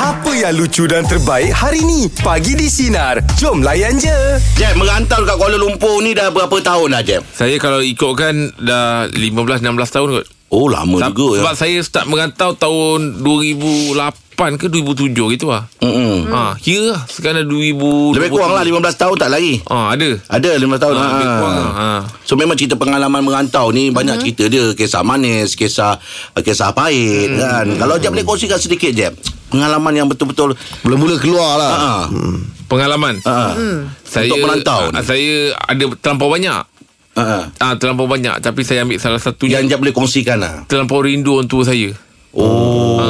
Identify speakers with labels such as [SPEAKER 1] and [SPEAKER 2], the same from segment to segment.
[SPEAKER 1] Apa yang lucu dan terbaik hari ni? Pagi di Sinar. Jom layan je.
[SPEAKER 2] Jeb, merantau kat Kuala Lumpur ni dah berapa tahun dah, Jeb?
[SPEAKER 3] Saya kalau ikutkan dah 15 16 tahun kot.
[SPEAKER 2] Oh, lama
[SPEAKER 3] Sa-
[SPEAKER 2] juga
[SPEAKER 3] sebab
[SPEAKER 2] ya.
[SPEAKER 3] saya start merantau tahun 2008 ke 2007 gitu lah.
[SPEAKER 2] Mm-mm.
[SPEAKER 3] Hmm. Ha, kira lah sekarang dah 2000
[SPEAKER 2] Lebih kurang lah 15 tahun tak lagi.
[SPEAKER 3] Ha, ada.
[SPEAKER 2] Ada 15 tahun.
[SPEAKER 3] Ha,
[SPEAKER 2] Ha,
[SPEAKER 3] lebih kurang lah. Ha.
[SPEAKER 2] So memang cerita pengalaman merantau ni banyak cerita dia, kisah manis, kisah kisah pahit
[SPEAKER 3] Hmm.
[SPEAKER 2] kan. Kalau Jeb boleh kongsikan sedikit Jeb. Pengalaman yang betul-betul
[SPEAKER 4] Mula-mula keluar lah
[SPEAKER 2] ha.
[SPEAKER 3] Pengalaman.
[SPEAKER 2] Ha.
[SPEAKER 3] Saya
[SPEAKER 2] Untuk merantau
[SPEAKER 3] ha,
[SPEAKER 2] ni.
[SPEAKER 3] saya ada terlampau banyak.
[SPEAKER 2] Ha.
[SPEAKER 3] Ah ha, terlampau banyak tapi saya ambil salah
[SPEAKER 2] Yang
[SPEAKER 3] satu yang,
[SPEAKER 2] Jeb boleh kongsikan lah.
[SPEAKER 3] terlampau rindu orang tua saya.
[SPEAKER 2] Oh.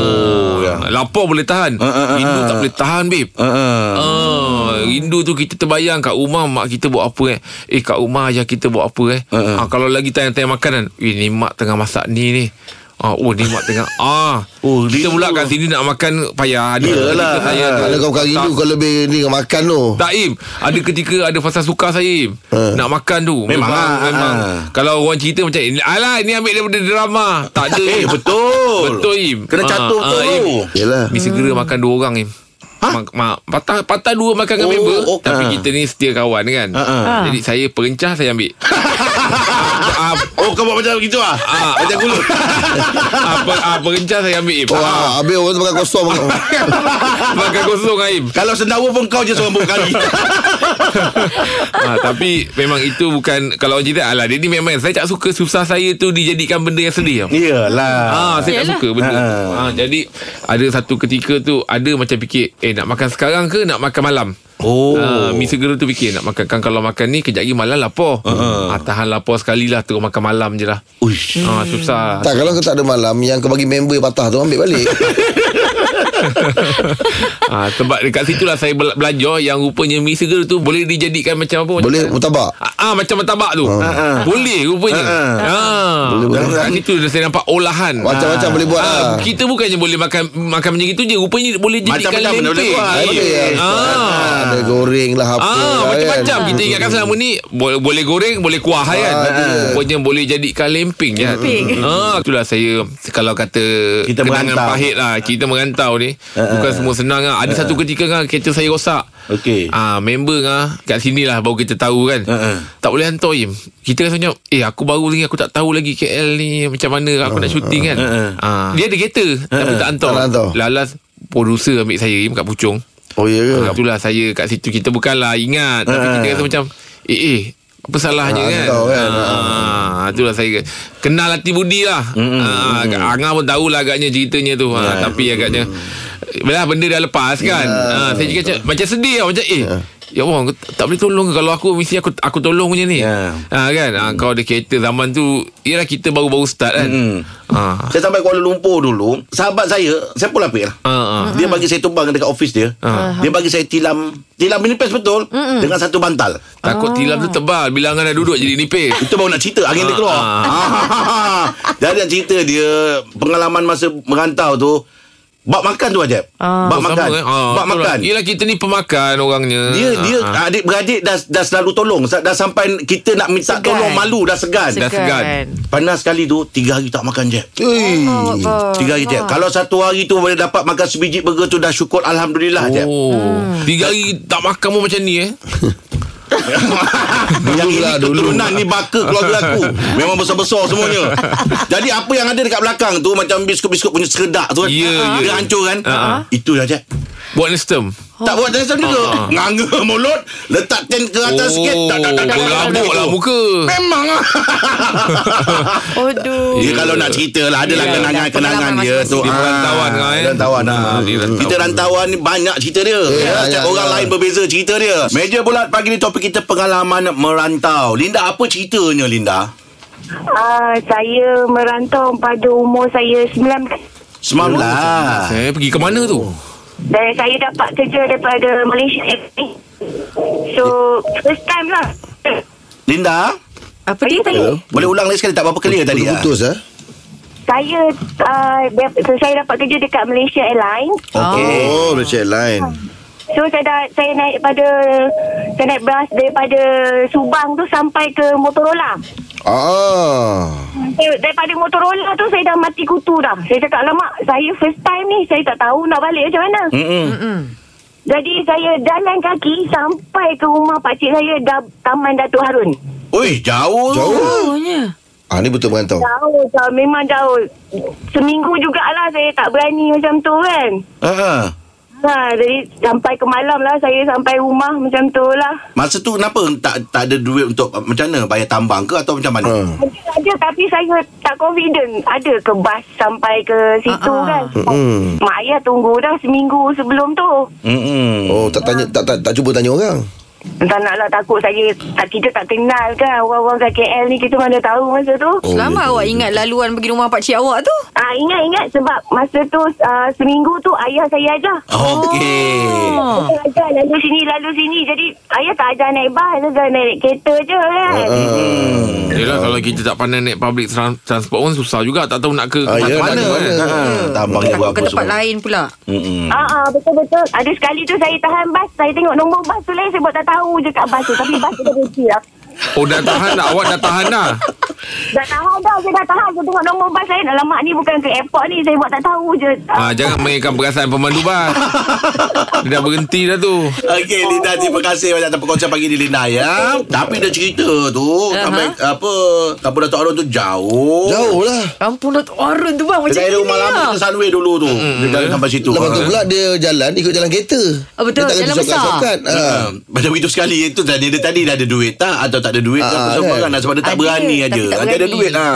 [SPEAKER 2] ya.
[SPEAKER 3] Ha, lapar boleh tahan.
[SPEAKER 2] ha, ha,
[SPEAKER 3] rindu
[SPEAKER 2] ha.
[SPEAKER 3] tak boleh tahan babe.
[SPEAKER 2] Ha.
[SPEAKER 3] Ah, rindu tu kita terbayang kat rumah mak kita buat apa eh. Eh kat rumah ayah kita buat apa eh.
[SPEAKER 2] Ha, ha.
[SPEAKER 3] Ah, kalau lagi tanya-tanya makanan, eh ni mak tengah masak ni ni. Ah, oh ni mak tengah ah.
[SPEAKER 2] Oh,
[SPEAKER 3] kita
[SPEAKER 2] rindu
[SPEAKER 3] pula kat sini nak makan payah ada.
[SPEAKER 2] Yelah,
[SPEAKER 3] Ketika saya
[SPEAKER 2] ha.
[SPEAKER 3] ada-
[SPEAKER 4] Kalau kau bukan rindu Kau lebih ni kau makan tu
[SPEAKER 3] tak Im Ada ketika ada fasa suka saya Im
[SPEAKER 4] Ha.
[SPEAKER 3] Nak makan tu
[SPEAKER 2] Memang, ah,
[SPEAKER 3] memang.
[SPEAKER 2] ah.
[SPEAKER 3] Kalau orang cerita macam Alah ini ambil daripada drama Tak ada
[SPEAKER 2] Eh,
[SPEAKER 3] Im.
[SPEAKER 2] betul.
[SPEAKER 3] Betul Im
[SPEAKER 2] Kena
[SPEAKER 3] Ah,
[SPEAKER 2] catur
[SPEAKER 3] ah,
[SPEAKER 2] betul
[SPEAKER 3] Im.
[SPEAKER 2] tu.
[SPEAKER 4] Yelah
[SPEAKER 3] Ni segera makan dua orang Im
[SPEAKER 2] Ha?
[SPEAKER 3] Mak, mak, patah, patah dua makan
[SPEAKER 2] Oh,
[SPEAKER 3] dengan member
[SPEAKER 2] ok.
[SPEAKER 3] Tapi
[SPEAKER 2] Ah.
[SPEAKER 3] kita ni setia kawan kan
[SPEAKER 2] Ah, ah.
[SPEAKER 3] Jadi saya perencah saya ambil ah,
[SPEAKER 2] Oh, kau buat macam begitu ah.
[SPEAKER 3] ah, Macam dulu apa, ah, Perencah saya ambil Im
[SPEAKER 4] Oh,
[SPEAKER 3] Ah,
[SPEAKER 4] ah, habis orang tu makan kosong
[SPEAKER 3] Makan kosong lah, Im
[SPEAKER 2] Kalau sendawa pun kau je seorang buat kali.
[SPEAKER 3] ha, tapi memang itu bukan kalau orang cerita alah dia ni memang saya tak suka susah saya tu dijadikan benda yang sedih tau.
[SPEAKER 2] Iyalah.
[SPEAKER 3] Ah, saya tak
[SPEAKER 5] Yalah.
[SPEAKER 3] suka benda.
[SPEAKER 2] Ha.
[SPEAKER 3] Ha. jadi ada satu ketika tu ada macam fikir eh nak makan sekarang ke nak makan malam.
[SPEAKER 2] Oh.
[SPEAKER 3] Ah, mi segera tu fikir nak makan kan kalau makan ni kejap lagi malam lapar. Uh-huh. Ah, tahan lapar sekali lah terus makan malam je lah.
[SPEAKER 2] Uish.
[SPEAKER 3] Ah, susah.
[SPEAKER 4] Tak kalau kau tak ada malam Yang kau bagi member yang patah tu Ambil balik
[SPEAKER 3] ah, sebab dekat situ lah saya bela- belajar yang rupanya mi segera tu boleh dijadikan macam apa?
[SPEAKER 4] Boleh mutabak
[SPEAKER 3] Ah, ah macam martabak tu. Ah, ah. Boleh rupanya. Ah. ah.
[SPEAKER 4] Boleh,
[SPEAKER 3] ah.
[SPEAKER 4] boleh.
[SPEAKER 3] Itu dah saya nampak olahan.
[SPEAKER 4] Macam-macam boleh buat lah.
[SPEAKER 3] ah. Kita bukannya boleh makan makan macam itu je, rupanya boleh jadikan
[SPEAKER 2] Macam-macam benda Ah, boleh
[SPEAKER 3] lempeng.
[SPEAKER 2] buat.
[SPEAKER 4] Ada
[SPEAKER 2] Boleh.
[SPEAKER 4] yang
[SPEAKER 3] Ah.
[SPEAKER 4] Ada goreng lah apa
[SPEAKER 3] Ah,
[SPEAKER 4] lah,
[SPEAKER 3] macam-macam
[SPEAKER 4] kan.
[SPEAKER 3] kita ingatkan selama ni boleh, boleh goreng, boleh kuah ah, kan.
[SPEAKER 4] Ah,
[SPEAKER 3] Rupanya boleh jadikan lemping kan.
[SPEAKER 5] Lemping.
[SPEAKER 3] Ah, itulah saya kalau kata
[SPEAKER 2] Kita
[SPEAKER 3] kenangan
[SPEAKER 2] merantau.
[SPEAKER 3] pahit lah, kita merantau ni. Bukan semua senang ah. Ada satu ketika kan kereta saya rosak.
[SPEAKER 2] Okey.
[SPEAKER 3] Ah, member ah kat sini lah baru kita tahu kan.
[SPEAKER 2] Ha-ha.
[SPEAKER 3] Tak boleh hantar Im. Kita rasa macam eh aku baru lagi aku tak tahu lagi KL ni macam mana aku nak syuting kan. Ah, dia ada kereta tapi tak hantar.
[SPEAKER 4] Tak hantar.
[SPEAKER 3] Lalas producer ambil saya Im kat Puchong.
[SPEAKER 4] Oh ya ke Ah,
[SPEAKER 3] Ha. Itulah saya kat situ Kita bukanlah ingat Tapi
[SPEAKER 2] Ha.
[SPEAKER 3] kita rasa macam Eh eh apa salahnya
[SPEAKER 4] Ha,
[SPEAKER 3] kan?
[SPEAKER 4] tahu kan?
[SPEAKER 3] Ha, itulah saya kenal hati budi lah. Ha, Angah pun tahulah agaknya ceritanya tu. Ha, tapi agaknya bila benda dah lepas kan. Ha, saya juga macam, macam sedih lah macam eh Ya Allah aku tak boleh tolong ke? Kalau aku Mesti aku aku tolong punya ni
[SPEAKER 2] Ya.
[SPEAKER 3] ha, kan ha, Kau ada kereta zaman tu Yelah kita baru-baru start kan ha.
[SPEAKER 2] Hmm. Saya sampai Kuala Lumpur dulu Sahabat saya Saya pun lapik lah
[SPEAKER 3] Ha, ha.
[SPEAKER 2] Dia bagi saya tumbang dekat office dia
[SPEAKER 3] Ah.
[SPEAKER 2] Dia bagi saya tilam Tilam minipes betul Dengan satu bantal
[SPEAKER 3] Takut tilam tu tebal Bila Angah dah duduk jadi nipis
[SPEAKER 2] Itu baru nak cerita Angin dia keluar
[SPEAKER 3] Ah.
[SPEAKER 2] Jadi nak cerita dia Pengalaman masa merantau tu Bab makan tu ajab Bab
[SPEAKER 3] Sama
[SPEAKER 2] makan
[SPEAKER 3] kan? Ha,
[SPEAKER 2] Bab
[SPEAKER 3] betul lah.
[SPEAKER 2] makan
[SPEAKER 3] Yelah kita ni pemakan orangnya
[SPEAKER 2] dia
[SPEAKER 3] Ha,
[SPEAKER 2] dia
[SPEAKER 3] ha.
[SPEAKER 2] adik-beradik dah dah selalu tolong Sa- dah sampai kita nak minta
[SPEAKER 5] Segan.
[SPEAKER 2] tolong malu dah segan.
[SPEAKER 3] Segan. segan.
[SPEAKER 2] Panas sekali tu tiga hari tak makan je.
[SPEAKER 4] Ui.
[SPEAKER 5] Oh,
[SPEAKER 2] Tiga hari je. Kalau satu hari tu boleh dapat makan sebiji burger tu dah syukur alhamdulillah je.
[SPEAKER 3] Oh Tiga hari tak makan pun macam ni eh
[SPEAKER 2] Yang ini
[SPEAKER 4] lah, dulu.
[SPEAKER 2] keturunan ni baka keluarga aku Memang besar-besar semuanya Jadi apa yang ada dekat belakang tu Macam biskut-biskut punya seredak tu kan
[SPEAKER 3] Ya, ya.
[SPEAKER 2] Dia hancur kan
[SPEAKER 3] Ha.
[SPEAKER 2] Itu dah je
[SPEAKER 3] Buat nestem
[SPEAKER 2] Tak buat dalam juga Nganga mulut Letak ten ke atas sikit tak, tak, tak, tak, tak, tak, tak,
[SPEAKER 3] berabuk
[SPEAKER 2] tak,
[SPEAKER 3] Oh, lah
[SPEAKER 2] tak.
[SPEAKER 3] muka
[SPEAKER 2] Memang lah
[SPEAKER 5] Aduh.
[SPEAKER 2] Ya kalau nak cerita lah Adalah
[SPEAKER 5] Ya,
[SPEAKER 2] kenangan-kenangan
[SPEAKER 5] pengalaman
[SPEAKER 2] dia tu
[SPEAKER 3] Dia
[SPEAKER 5] masing-masing.
[SPEAKER 2] Ah,
[SPEAKER 3] perantauan kan eh?
[SPEAKER 2] Rantauan
[SPEAKER 3] Ah,
[SPEAKER 2] ah.
[SPEAKER 3] dia rantauan.
[SPEAKER 2] Kita rantauan ni banyak cerita dia
[SPEAKER 4] Ya,
[SPEAKER 2] ya,
[SPEAKER 4] ya,
[SPEAKER 2] Setiap orang
[SPEAKER 4] ya.
[SPEAKER 2] lain berbeza cerita dia Meja bulat pagi ni topik kita pengalaman merantau Linda apa ceritanya Linda?
[SPEAKER 6] Ah, saya merantau pada umur saya 9
[SPEAKER 2] 19 Ah.
[SPEAKER 3] Saya Eh, pergi ke mana
[SPEAKER 2] Oh.
[SPEAKER 3] tu
[SPEAKER 6] dan saya dapat kerja daripada Malaysia Airlines. So first time lah.
[SPEAKER 2] Linda
[SPEAKER 5] Apa
[SPEAKER 6] Saya
[SPEAKER 5] dia?
[SPEAKER 6] saya
[SPEAKER 2] Boleh ulang lagi sekali tak apa-apa clear tadi ah.
[SPEAKER 4] Putus eh
[SPEAKER 6] saya uh, saya dapat kerja dekat Malaysia Airlines.
[SPEAKER 2] Okey
[SPEAKER 4] Oh Malaysia lain
[SPEAKER 6] So saya dah, saya naik pada saya naik bas daripada Subang tu sampai ke Motorola.
[SPEAKER 4] Ah
[SPEAKER 6] saya, daripada Motorola tu saya dah mati kutu dah. Saya cakap lama saya first time ni saya tak tahu nak balik macam mana.
[SPEAKER 2] Mm-mm.
[SPEAKER 6] Jadi saya jalan kaki sampai ke rumah pakcik saya da- Taman Datuk Harun.
[SPEAKER 2] Ui, jauh.
[SPEAKER 4] Jauh.
[SPEAKER 5] Jauhnya.
[SPEAKER 4] Ah ni betul merantau.
[SPEAKER 6] Jauh jauh memang jauh. Seminggu jugalah saya tak berani macam tu kan.
[SPEAKER 2] Ha.
[SPEAKER 6] Ha, jadi sampai ke malam lah saya sampai rumah macam tu lah.
[SPEAKER 2] Masa tu kenapa tak tak ada duit untuk uh, macam mana bayar tambang ke atau macam mana?
[SPEAKER 4] Ha.
[SPEAKER 6] Mungkin ada tapi saya tak confident ada ke bas sampai ke situ
[SPEAKER 5] Ah, ah.
[SPEAKER 6] kan.
[SPEAKER 4] Mm-mm.
[SPEAKER 6] Mak ayah tunggu dah seminggu sebelum tu.
[SPEAKER 2] Hmm.
[SPEAKER 4] Oh tak tanya tak tak, tak cuba tanya orang.
[SPEAKER 6] Tak naklah takut saya tak kita tak kenal kan orang-orang kat KL ni kita mana tahu masa tu.
[SPEAKER 4] Oh,
[SPEAKER 5] Selamat awak ingat laluan pergi rumah pakcik awak tu.
[SPEAKER 6] Ah ingat-ingat sebab masa tu ah, seminggu tu ayah saya ajar.
[SPEAKER 2] Okey.
[SPEAKER 3] Ah.
[SPEAKER 5] Oh.
[SPEAKER 6] Dia ajar lalu sini lalu sini jadi ayah tak ajar naik bas ajar naik kereta je kan.
[SPEAKER 3] Ah,
[SPEAKER 4] Hmm.
[SPEAKER 3] Yelah kalau kita tak pandai naik public tran- transport pun susah juga tak tahu nak ke
[SPEAKER 4] Ah,
[SPEAKER 3] ke
[SPEAKER 4] ya, nak
[SPEAKER 3] mana.
[SPEAKER 4] ke mana?
[SPEAKER 2] Ha. Tambang dia buat apa
[SPEAKER 5] Takut ke tempat
[SPEAKER 2] semua.
[SPEAKER 5] lain pula.
[SPEAKER 2] Mm-mm.
[SPEAKER 6] Ah, ah betul-betul. Ada sekali tu saya tahan bas. Saya tengok nombor bas tu lain. Saya buat tak tahu je kat bas tu. Tapi bas tu dah berhenti lah.
[SPEAKER 3] Oh dah tahan dah awak dah tahan dah.
[SPEAKER 6] Dah tahan dah. Saya dah tahan. Saya tengok nombor bas lain. Alamak ni bukan ke airport ni. Saya buat tak tahu je.
[SPEAKER 3] Ah, jangan mainkan perasaan pemandu bas. Dia dah berhenti dah tu.
[SPEAKER 2] Okey Linda terima kasih banyak atas perkongsian pagi di Linda ya. Tapi dia cerita tu uh-huh. sampai apa kampung Datuk Arun tu jauh.
[SPEAKER 4] Jauh lah.
[SPEAKER 5] Kampung Datuk Arun tu bang macam
[SPEAKER 2] Dekat area
[SPEAKER 5] ni.
[SPEAKER 2] rumah lama
[SPEAKER 5] lah.
[SPEAKER 2] kita Sunway dulu tu. Mm. Dia jalan sampai situ.
[SPEAKER 4] Lepas tu
[SPEAKER 2] Ha.
[SPEAKER 4] pula dia jalan ikut jalan kereta.
[SPEAKER 5] Ah, betul,
[SPEAKER 4] Dia tak kena
[SPEAKER 5] jalan besar.
[SPEAKER 4] sokat-sokat. Ha.
[SPEAKER 2] Ha. Macam itu sekali Itu tadi dia tadi dah ada duit tak Atau tak ada duit tak
[SPEAKER 4] Ah,
[SPEAKER 2] Pasal
[SPEAKER 4] kan?
[SPEAKER 2] kan? Sebab dia tak
[SPEAKER 5] Ada,
[SPEAKER 2] berani
[SPEAKER 5] tapi
[SPEAKER 2] aja
[SPEAKER 5] tak
[SPEAKER 2] Nanti ada
[SPEAKER 5] berani.
[SPEAKER 2] duit lah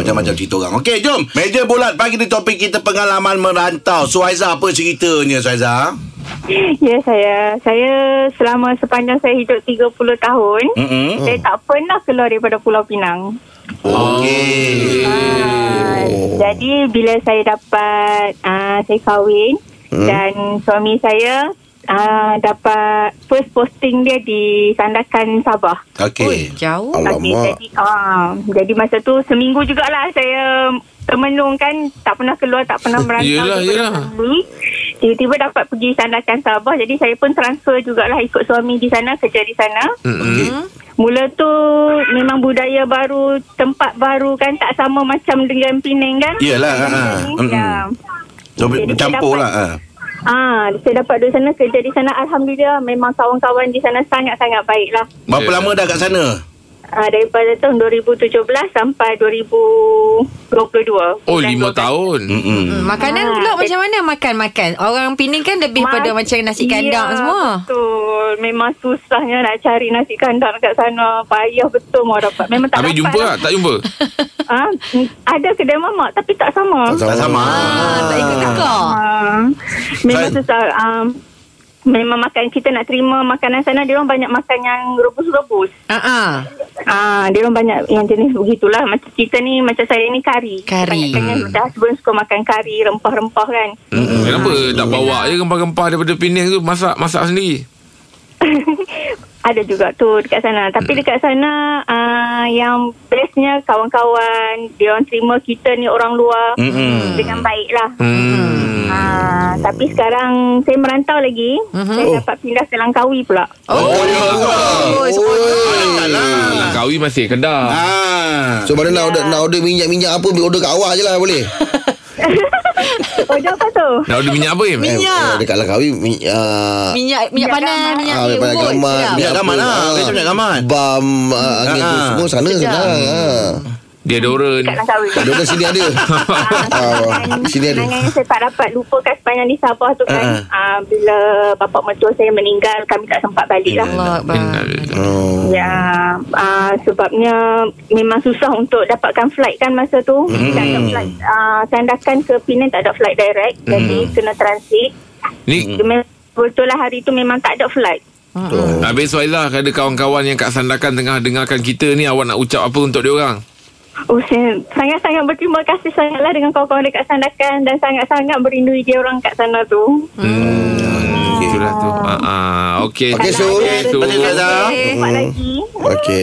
[SPEAKER 2] Macam-macam cerita orang Okey jom Meja bulat Pagi ni topik kita Pengalaman merantau Suhaiza apa ceritanya Suhaiza
[SPEAKER 6] Ya saya. Saya selama sepanjang saya hidup 30 tahun.
[SPEAKER 2] Mm-mm.
[SPEAKER 6] Saya tak pernah keluar daripada Pulau Pinang.
[SPEAKER 2] Oh. Okey
[SPEAKER 6] Ah, Jadi bila saya dapat uh, saya kahwin hmm. dan suami saya uh, dapat first posting dia di Sandakan Sabah.
[SPEAKER 2] Okey
[SPEAKER 5] Oi, jauh.
[SPEAKER 4] Alamak.
[SPEAKER 6] Okey, jadi uh, jadi masa tu seminggu jugalah saya termenung kan tak pernah keluar tak pernah merantau
[SPEAKER 3] Yelah,
[SPEAKER 6] daripada
[SPEAKER 3] yelah.
[SPEAKER 6] suami. tiba-tiba dapat pergi Sandakan Sabah jadi saya pun transfer jugalah ikut suami di sana kerja di sana
[SPEAKER 2] Okey
[SPEAKER 6] Mula tu memang budaya baru, tempat baru kan tak sama macam dengan Penang kan?
[SPEAKER 2] Yelah
[SPEAKER 3] ah,
[SPEAKER 2] ha.
[SPEAKER 6] Ya.
[SPEAKER 2] Mm-mm. So
[SPEAKER 6] Okey, dia
[SPEAKER 2] bercampur
[SPEAKER 6] dapat-
[SPEAKER 2] lah ha.
[SPEAKER 6] Ah, saya dapat di sana kerja di sana alhamdulillah memang kawan-kawan di sana sangat-sangat baiklah.
[SPEAKER 2] Berapa
[SPEAKER 3] Yelah.
[SPEAKER 2] lama dah kat sana
[SPEAKER 6] Ah, daripada tahun 2017 sampai 2022.
[SPEAKER 3] Oh
[SPEAKER 6] Bulan
[SPEAKER 3] lima
[SPEAKER 6] 12.
[SPEAKER 3] tahun.
[SPEAKER 2] Mm-mm.
[SPEAKER 5] Hmm, makanan
[SPEAKER 6] Ah,
[SPEAKER 5] pula
[SPEAKER 6] jadi-
[SPEAKER 5] macam mana makan-makan? Orang Penang kan lebih
[SPEAKER 6] Mas-
[SPEAKER 5] pada macam nasi kandang
[SPEAKER 6] ya,
[SPEAKER 5] semua.
[SPEAKER 6] betul. Memang susahnya nak cari nasi kandang kat sana. Payah betul mau dapat. Memang tak
[SPEAKER 3] Habis
[SPEAKER 6] dapat. lah.
[SPEAKER 3] jumpa kan? tak? Tak jumpa?
[SPEAKER 6] Ah, ada kedai mamak tapi tak sama.
[SPEAKER 2] Tak sama
[SPEAKER 5] Ah, tak ikut kakak.
[SPEAKER 6] Ah, memang
[SPEAKER 2] Saya-
[SPEAKER 6] susah. Um, memang makan kita nak terima makanan sana dia orang banyak makan yang rebus-rebus.
[SPEAKER 5] Ah ah.
[SPEAKER 6] Ah, dia orang banyak yang jenis begitulah. Macam kita ni macam saya ni kari.
[SPEAKER 5] Kari.
[SPEAKER 6] Kebanyakannya hmm. dah sebelum suka makan kari rempah-rempah kan.
[SPEAKER 3] Hmm. Kenapa tak bawa je rempah-rempah daripada Penang tu masak masak sendiri?
[SPEAKER 6] Ada juga tu dekat sana. Tapi dekat sana ah, yang bestnya kawan-kawan dia orang terima kita ni orang luar
[SPEAKER 2] Mm-mm.
[SPEAKER 6] dengan baik lah.
[SPEAKER 3] Hmm.
[SPEAKER 6] Ah, tapi sekarang saya merantau lagi. Saya dapat pindah ke Langkawi pula.
[SPEAKER 2] Oh ya
[SPEAKER 5] Oh, sepuluh.
[SPEAKER 3] Langkawi masih Kedah.
[SPEAKER 2] Ah.
[SPEAKER 4] So mana nak order, nak order minyak-minyak apa Order kat awak je lah boleh
[SPEAKER 6] Oh, dia apa tu?
[SPEAKER 3] Nak order minyak apa Im?
[SPEAKER 4] Eh,
[SPEAKER 5] Minyak.
[SPEAKER 4] eh, Dekat Langkawi minyak ah,
[SPEAKER 5] Minyak minyak panas, minyak
[SPEAKER 4] ah,
[SPEAKER 5] dia
[SPEAKER 4] minyak
[SPEAKER 5] rebus.
[SPEAKER 4] gaman
[SPEAKER 5] Sedap.
[SPEAKER 2] Minyak gaman lah.
[SPEAKER 4] apa,
[SPEAKER 2] Macam minyak gaman.
[SPEAKER 4] Bam ah, Angin tu
[SPEAKER 2] Ah.
[SPEAKER 4] semua sana
[SPEAKER 5] Sedap.
[SPEAKER 4] senang ah.
[SPEAKER 3] Deodoran.
[SPEAKER 6] Kat Langkawi.
[SPEAKER 4] Dia orang sini ada Ah,
[SPEAKER 6] Kenangan-
[SPEAKER 4] Sini ada
[SPEAKER 6] Kenangan yang saya tak dapat lupakan sepanjang di Sabah tu kan.
[SPEAKER 2] Ah.
[SPEAKER 6] Uh-huh. Uh, bila bapa mertua saya meninggal, kami tak sempat balik lah.
[SPEAKER 5] Allah Akbar.
[SPEAKER 3] Innalillah.
[SPEAKER 4] Oh.
[SPEAKER 6] Ya, uh, sebabnya memang susah untuk dapatkan flight kan masa tu. Mm.
[SPEAKER 4] Hmm.
[SPEAKER 6] Tak ada flight. Uh, sandakan ke Penang tak ada flight direct. Mm. Jadi
[SPEAKER 4] Hmm.
[SPEAKER 6] kena transit.
[SPEAKER 3] Ni
[SPEAKER 6] Mm. Betul lah hari tu memang tak ada flight.
[SPEAKER 3] Habis Suhaila Ada kawan-kawan yang kat Sandakan Tengah dengarkan kita ni Awak nak ucap apa untuk dia orang
[SPEAKER 6] Oh, saya sangat-sangat berterima kasih sangatlah dengan kawan-kawan dekat Sandakan dan sangat-sangat berindui dia orang kat sana tu.
[SPEAKER 3] Hmm, okay. Itulah tu ah, ah, Okay
[SPEAKER 4] Okey, Su.
[SPEAKER 3] Okey, Su.
[SPEAKER 2] Okey, Su.
[SPEAKER 4] Hmm.
[SPEAKER 6] Jumpa Ah, lagi.
[SPEAKER 4] Okay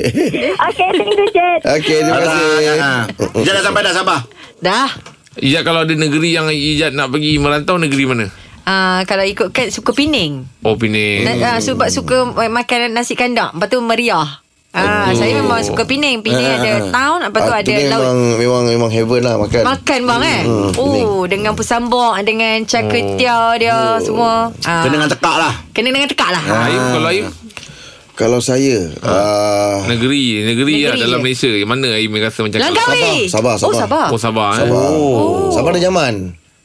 [SPEAKER 6] Okay, thank you, Jet.
[SPEAKER 4] Okay terima kasih
[SPEAKER 2] Ah, ah, ah. Jangan sampai dah Sabah
[SPEAKER 5] Dah.
[SPEAKER 3] Ijat kalau ada negeri yang Ijat nak pergi merantau Negeri mana?
[SPEAKER 5] Ah, kalau ikutkan suka Penang.
[SPEAKER 3] Oh Penang
[SPEAKER 4] Eh.
[SPEAKER 5] Na- ah, sebab suka ma- makan nasi kandang. Lepas tu meriah. Ah, Ah, saya memang suka Penang. Penang ada town, lepas tu
[SPEAKER 4] Oh. Ah,
[SPEAKER 5] ada
[SPEAKER 4] dia
[SPEAKER 5] laut.
[SPEAKER 4] memang, memang memang heaven lah makan.
[SPEAKER 5] Makan bang eh.
[SPEAKER 4] Hmm, Oh.
[SPEAKER 5] Oh, dengan pusambok, dengan caketia dia semua. Ah.
[SPEAKER 2] Kena dengan tekak lah
[SPEAKER 5] Kena dengan tekak lah.
[SPEAKER 4] Ah.
[SPEAKER 3] Ayu kalau Ayu
[SPEAKER 4] Kalau saya ah,
[SPEAKER 3] negeri negeri lah
[SPEAKER 5] Negeri
[SPEAKER 3] dalam
[SPEAKER 5] je.
[SPEAKER 3] Malaysia yang mana Ayu rasa macam
[SPEAKER 5] Langkawi.
[SPEAKER 4] Sabah, Sabah,
[SPEAKER 5] Lah, Oh, Sabah.
[SPEAKER 3] Oh Sabah, eh.
[SPEAKER 4] Sabah. Oh. Sabah ada nyaman.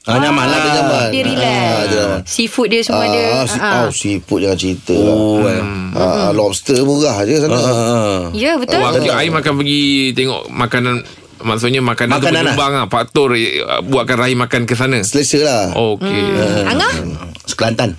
[SPEAKER 2] Ah, nyaman lah
[SPEAKER 4] Ada nyaman.
[SPEAKER 5] Dia
[SPEAKER 4] Ah,
[SPEAKER 5] relax.
[SPEAKER 4] ada nyaman.
[SPEAKER 5] Seafood dia semua ada.
[SPEAKER 4] Ah, si,
[SPEAKER 5] Ah. Hmm.
[SPEAKER 4] oh, seafood jangan cerita lah. Oh,
[SPEAKER 2] eh. Hmm.
[SPEAKER 4] ah, lobster murah je sana.
[SPEAKER 3] Ah,
[SPEAKER 2] Ah,
[SPEAKER 5] Ya, betul.
[SPEAKER 4] Oh,
[SPEAKER 3] Wah, Waktu Aim akan pergi tengok makanan Maksudnya
[SPEAKER 2] Makanan
[SPEAKER 3] makanan, makanan tu berkembang lah. Faktor eh, buatkan Rahim makan ke sana.
[SPEAKER 4] Selesa lah.
[SPEAKER 3] Okey.
[SPEAKER 5] Hmm. Angah?
[SPEAKER 2] Kelantan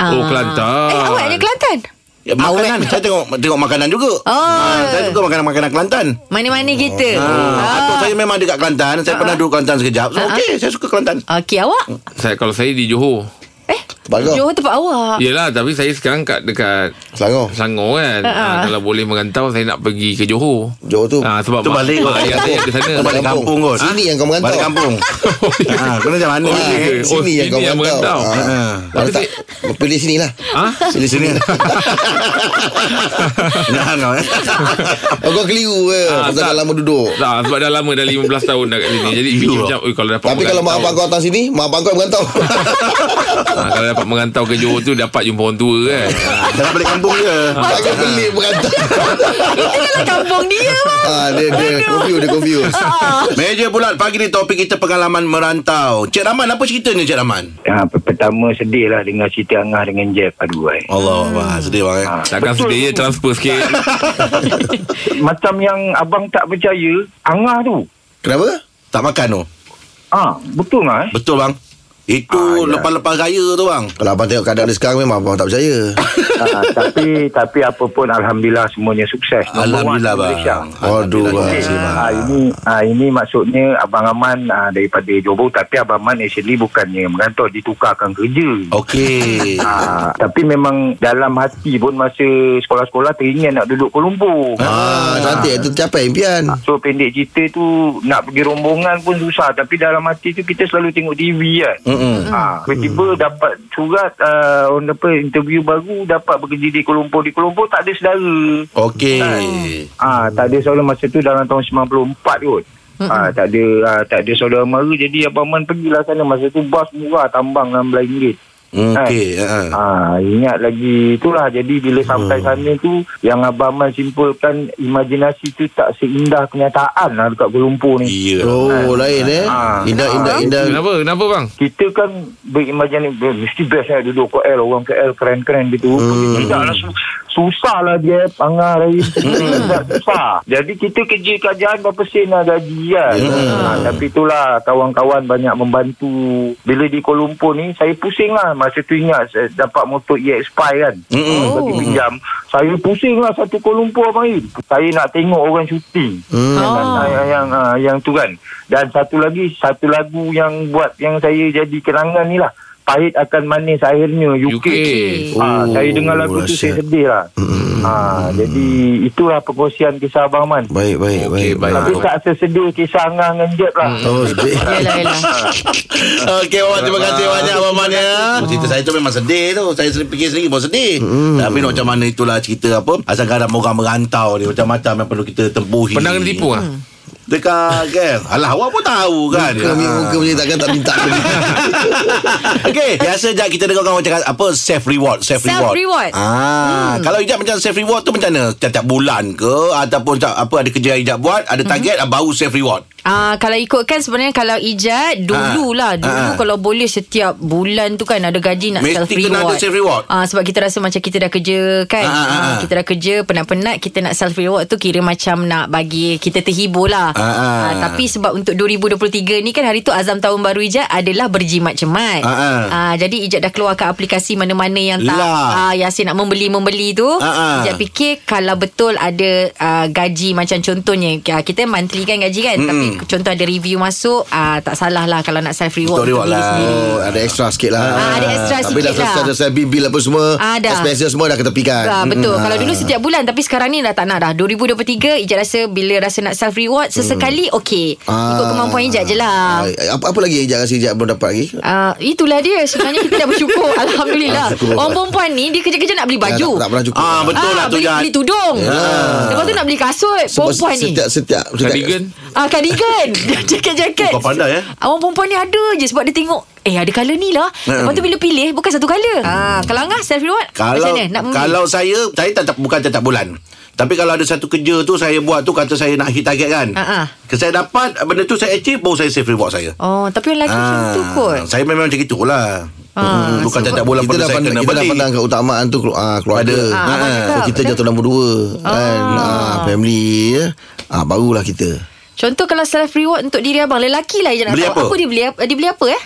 [SPEAKER 3] Oh,
[SPEAKER 5] Ah.
[SPEAKER 3] Kelantan.
[SPEAKER 5] Eh, awak ada Kelantan?
[SPEAKER 2] Ya, Makanan Saya tengok tengok makanan juga
[SPEAKER 5] Oh.
[SPEAKER 2] Ah, Saya suka makanan-makanan Kelantan
[SPEAKER 5] Mana-mana kita.
[SPEAKER 2] Ah, Atuk saya memang dekat Kelantan Saya pernah duduk Kelantan sekejap So okey Saya suka Kelantan
[SPEAKER 5] Ah. Okey, awak?
[SPEAKER 4] Hmm.
[SPEAKER 3] Saya kalau saya di Johor.
[SPEAKER 5] Eh,
[SPEAKER 4] Tempat kau?
[SPEAKER 5] Johor tempat awak.
[SPEAKER 3] Yelah, tapi saya sekarang kat dekat
[SPEAKER 4] Selangor.
[SPEAKER 3] Selangor kan.
[SPEAKER 5] Ah, ah.
[SPEAKER 3] Ah, kalau boleh merantau saya nak pergi ke Johor.
[SPEAKER 4] Johor tu.
[SPEAKER 3] Ah, sebab
[SPEAKER 2] Tu
[SPEAKER 3] mak-
[SPEAKER 2] balik
[SPEAKER 3] mak ayah saya ada sana.
[SPEAKER 2] Tu balik kampung kot
[SPEAKER 4] Sini yang kau merantau.
[SPEAKER 2] Balik kampung Ah, Kena macam mana ni?
[SPEAKER 4] Ah,
[SPEAKER 3] ke? Oh,
[SPEAKER 4] sini yang
[SPEAKER 3] sini
[SPEAKER 4] kau
[SPEAKER 3] yang merantau.
[SPEAKER 4] merantau. Ah.
[SPEAKER 3] Tapi
[SPEAKER 4] Kalau tak, pilih sini lah.
[SPEAKER 3] Ha?
[SPEAKER 4] Pilih sini.
[SPEAKER 2] Nah, kau eh.
[SPEAKER 4] Oh, kau keliru ke.
[SPEAKER 3] Ah,
[SPEAKER 4] Pasal
[SPEAKER 3] tak.
[SPEAKER 4] kau lama duduk.
[SPEAKER 3] Tak, Ah, sebab dah lama dah 15 tahun dah kat sini. Jadi fikir macam, "Ui, kalau dapat
[SPEAKER 4] Tapi kalau mak abang
[SPEAKER 3] merantau-
[SPEAKER 4] kau datang sini, mak abang kau yang merantau.
[SPEAKER 3] Ah, kalau dapat merantau ke Johor tu dapat jumpa orang tua kan. Ah.
[SPEAKER 2] Dah nak balik kampung je
[SPEAKER 4] Takkan pelik merantau.
[SPEAKER 5] Itu kalau kampung dia.
[SPEAKER 4] Ah, dia dia confuse, dia confuse.
[SPEAKER 2] Meja bulat pagi ni topik kita pengalaman merantau. Cik Rahman apa ceritanya Cik Rahman?
[SPEAKER 7] Ha, per- pertama sedih lah dengar cerita Angah dengan Jeff. Aduh, eh. ai.
[SPEAKER 2] Allah wah sedih bang. eh.
[SPEAKER 7] Ha,
[SPEAKER 3] Takkan
[SPEAKER 7] betul.
[SPEAKER 3] sedia transfer sikit.
[SPEAKER 7] Macam yang abang tak percaya, Angah tu.
[SPEAKER 4] Kenapa?
[SPEAKER 2] Tak makan tu.
[SPEAKER 7] Ah, betul lah eh.
[SPEAKER 2] Betul bang. Itu
[SPEAKER 7] Ah, ya.
[SPEAKER 2] lepas-lepas raya tu bang.
[SPEAKER 4] Kalau abang tengok keadaan dia sekarang memang abang tak percaya.
[SPEAKER 7] ha, tapi tapi apa pun alhamdulillah semuanya sukses. Number one
[SPEAKER 2] Alhamdulillah
[SPEAKER 7] di
[SPEAKER 2] bang.
[SPEAKER 7] Malaysia.
[SPEAKER 4] Aduh,
[SPEAKER 2] Alhamdulillah,
[SPEAKER 4] bang.
[SPEAKER 2] terima kasih, bang.
[SPEAKER 7] Ha, ini ha, ini maksudnya Abang Aman ha, daripada Johor tapi Abang Aman actually bukannya merantau ditukarkan kerja.
[SPEAKER 2] Okey.
[SPEAKER 7] Ha, tapi memang dalam hati pun masa sekolah-sekolah teringat nak duduk Kuala Lumpur.
[SPEAKER 4] Ah, cantik. Itu capai impian.
[SPEAKER 7] So pendek cerita tu Nak pergi rombongan pun susah Tapi dalam hati tu Kita selalu tengok TV kan
[SPEAKER 2] Mm-mm.
[SPEAKER 7] ha, Tiba-tiba dapat surat uh, Orang apa interview baru Dapat bekerja di Kuala Lumpur Di Kuala Lumpur tak ada saudara
[SPEAKER 2] Okey.
[SPEAKER 7] Ah, ha, tak ada saudara masa tu dalam tahun 94 kot. Ah, ha, tak ada ha, tak ada saudara mara jadi abang Man pergilah sana masa tu bas murah tambang RM16.
[SPEAKER 2] Mm, Okey. ha.
[SPEAKER 7] Ah, ingat lagi itulah jadi bila sampai sana tu yang abang Man simpulkan imajinasi tu tak seindah kenyataan lah dekat Kuala Lumpur ni.
[SPEAKER 2] Ya.
[SPEAKER 4] Oh, lain eh.
[SPEAKER 7] Ah.
[SPEAKER 4] Indah, indah, indah.
[SPEAKER 3] Kenapa? Kenapa bang?
[SPEAKER 7] Kita kan berimajinasi "Beh, mesti best lah duduk KL orang KL keren-keren gitu. Hmm. Tidak lah su- susah lah dia pangar hari susah. Jadi kita kerja kerjaan berapa sen lah gaji kan. Ha, tapi itulah kawan-kawan banyak membantu. Bila di Kuala Lumpur ni saya pusing lah masa tu ingat saya dapat motor EX5 kan.
[SPEAKER 2] Mm-mm.
[SPEAKER 5] Oh.
[SPEAKER 7] Bagi pinjam Saya pusing lah Satu Kuala Lumpur Abang Im Saya nak tengok orang syuting hmm. yang,
[SPEAKER 5] Oh.
[SPEAKER 7] yang, yang, yang, ah, yang tu kan Dan satu lagi Satu lagu yang buat Yang saya jadi kenangan ni lah Pahit akan manis akhirnya UK,
[SPEAKER 3] UK.
[SPEAKER 7] Ah,
[SPEAKER 4] Oh, Hmm.
[SPEAKER 7] saya dengar lagu tu
[SPEAKER 4] dahsyat.
[SPEAKER 7] saya sedih lah ah, Jadi itulah perkongsian kisah Abang Man
[SPEAKER 4] Baik, baik,
[SPEAKER 3] Okey,
[SPEAKER 4] baik.
[SPEAKER 3] baik.
[SPEAKER 7] Tapi tak sesedih kisah Angah dengan Jeb lah
[SPEAKER 4] Oh, sedih.
[SPEAKER 5] Yalah, yalah.
[SPEAKER 2] Okey, Wawan terima kasih banyak Abang Man ya. Cerita saya tu memang sedih tu. Saya sendiri fikir sendiri pun sedih. Tapi nak macam mana itulah cerita apa. Asal kadang orang merantau ni macam-macam yang perlu kita tempuhi.
[SPEAKER 3] Pernah kena tipu ah?
[SPEAKER 2] Dekat kan Alah awak pun tahu kan
[SPEAKER 4] Kami muka macam ni takkan tak minta ke ni.
[SPEAKER 2] Okay Biasa Jad kita dengar orang cakap Apa self reward Self reward
[SPEAKER 5] Self-reward.
[SPEAKER 2] Ah, hmm. Kalau Ijab macam self reward tu macam mana Tiap-tiap bulan ke Ataupun tak, apa ada kerja yang Ijab buat Ada target hmm. Baru self reward
[SPEAKER 5] Ah, kalau ikutkan sebenarnya kalau ijat
[SPEAKER 2] Ah.
[SPEAKER 5] dululah dulu
[SPEAKER 2] Ah.
[SPEAKER 5] kalau boleh setiap bulan tu kan ada gaji nak
[SPEAKER 2] Mesti
[SPEAKER 5] self
[SPEAKER 2] kena
[SPEAKER 5] reward.
[SPEAKER 2] ada self reward.
[SPEAKER 5] Ah sebab kita rasa macam kita dah kerja kan.
[SPEAKER 2] Ah, ah, ah.
[SPEAKER 5] kita dah kerja penat-penat kita nak self reward tu kira macam nak bagi kita terhibur lah.
[SPEAKER 2] Ah, ah.
[SPEAKER 5] Ah, tapi sebab untuk 2023 ni kan hari tu azam tahun baru ijat adalah berjimat-jemat.
[SPEAKER 2] Ah, ah.
[SPEAKER 5] Ah, jadi ijat dah keluarkan aplikasi mana-mana yang tak
[SPEAKER 2] Lah.
[SPEAKER 5] ah Yasin nak membeli-membeli tu.
[SPEAKER 2] Ah, ah.
[SPEAKER 5] Ijat fikir kalau betul ada ah, gaji macam contohnya ah, kita monthly kan gaji kan mm. tapi contoh ada review masuk ah, tak salah lah kalau nak self reward
[SPEAKER 2] Untuk reward
[SPEAKER 5] diri
[SPEAKER 2] lah.
[SPEAKER 5] sendiri.
[SPEAKER 4] Oh, ada extra sikit lah.
[SPEAKER 5] Ah, ada extra
[SPEAKER 4] Tapi
[SPEAKER 5] sikit
[SPEAKER 4] dah selesai,
[SPEAKER 5] lah.
[SPEAKER 4] dah selesai bill apa semua.
[SPEAKER 5] Ah, dah.
[SPEAKER 4] Expenses semua dah ketepikan. Hmm. Mm.
[SPEAKER 5] Ah, betul. Kalau dulu setiap bulan tapi sekarang ni dah tak nak dah. 2023 Ijat rasa bila rasa nak self reward sesekali sekali okey. Ikut kemampuan Ijat je lah.
[SPEAKER 4] Ah, Apa, apa lagi yang Ijat rasa Ijat belum dapat lagi?
[SPEAKER 5] Uh, itulah dia Sebenarnya kita dah bersyukur Alhamdulillah
[SPEAKER 4] Syukur.
[SPEAKER 5] Orang perempuan ni Dia kerja-kerja nak beli
[SPEAKER 4] Ya,
[SPEAKER 5] baju
[SPEAKER 4] tak, tak pernah cukup.
[SPEAKER 2] Ah, betul. lah tu, Ya.
[SPEAKER 5] beli,
[SPEAKER 2] Jad.
[SPEAKER 5] beli tudung Lepas tu nak beli kasut
[SPEAKER 4] Sebab
[SPEAKER 5] Perempuan ni
[SPEAKER 4] setiap, Setiap, setiap,
[SPEAKER 3] Cardigan
[SPEAKER 5] Ah cardigan Jaket-jaket
[SPEAKER 2] Oh, kau pandai, eh?
[SPEAKER 5] Awang perempuan ni ada je Sebab dia tengok Eh ada colour ni lah Lepas tu bila pilih Bukan satu colour ah, Kalau Angah self reward
[SPEAKER 2] Ya. Kalau
[SPEAKER 5] Macam mana nak membeli
[SPEAKER 2] kalau saya saya tak, tak bukan tetap bulan. Tapi kalau ada satu kerja tu saya buat tu kata saya nak hit target kan.
[SPEAKER 5] Ah, ah.
[SPEAKER 2] Ke saya dapat benda tu saya achieve baru saya save reward saya.
[SPEAKER 5] Oh tapi orang lelaki macam
[SPEAKER 2] Ah.
[SPEAKER 5] tu kot
[SPEAKER 2] saya memang macam gitulah.
[SPEAKER 5] Ah,
[SPEAKER 2] Hmm, bukan
[SPEAKER 5] sebab-
[SPEAKER 2] tetap bulan
[SPEAKER 4] kita
[SPEAKER 2] pada
[SPEAKER 4] dah
[SPEAKER 2] saya
[SPEAKER 4] pandang,
[SPEAKER 2] kena
[SPEAKER 4] kita dah
[SPEAKER 2] beli.
[SPEAKER 4] pandang keutamaan tu kelu- ah, keluarga.
[SPEAKER 2] Ada.
[SPEAKER 5] Ah, abang
[SPEAKER 4] Ah, so
[SPEAKER 5] cakap,
[SPEAKER 4] kita
[SPEAKER 5] betul.
[SPEAKER 4] jatuh nombor dua kan. Ah, family ya. Ah, barulah kita.
[SPEAKER 5] Contoh kalau self reward Untuk diri abang Lelaki lah je nak
[SPEAKER 2] Beli
[SPEAKER 5] tahu
[SPEAKER 2] apa?
[SPEAKER 5] Aku dia beli, apa- dia beli apa eh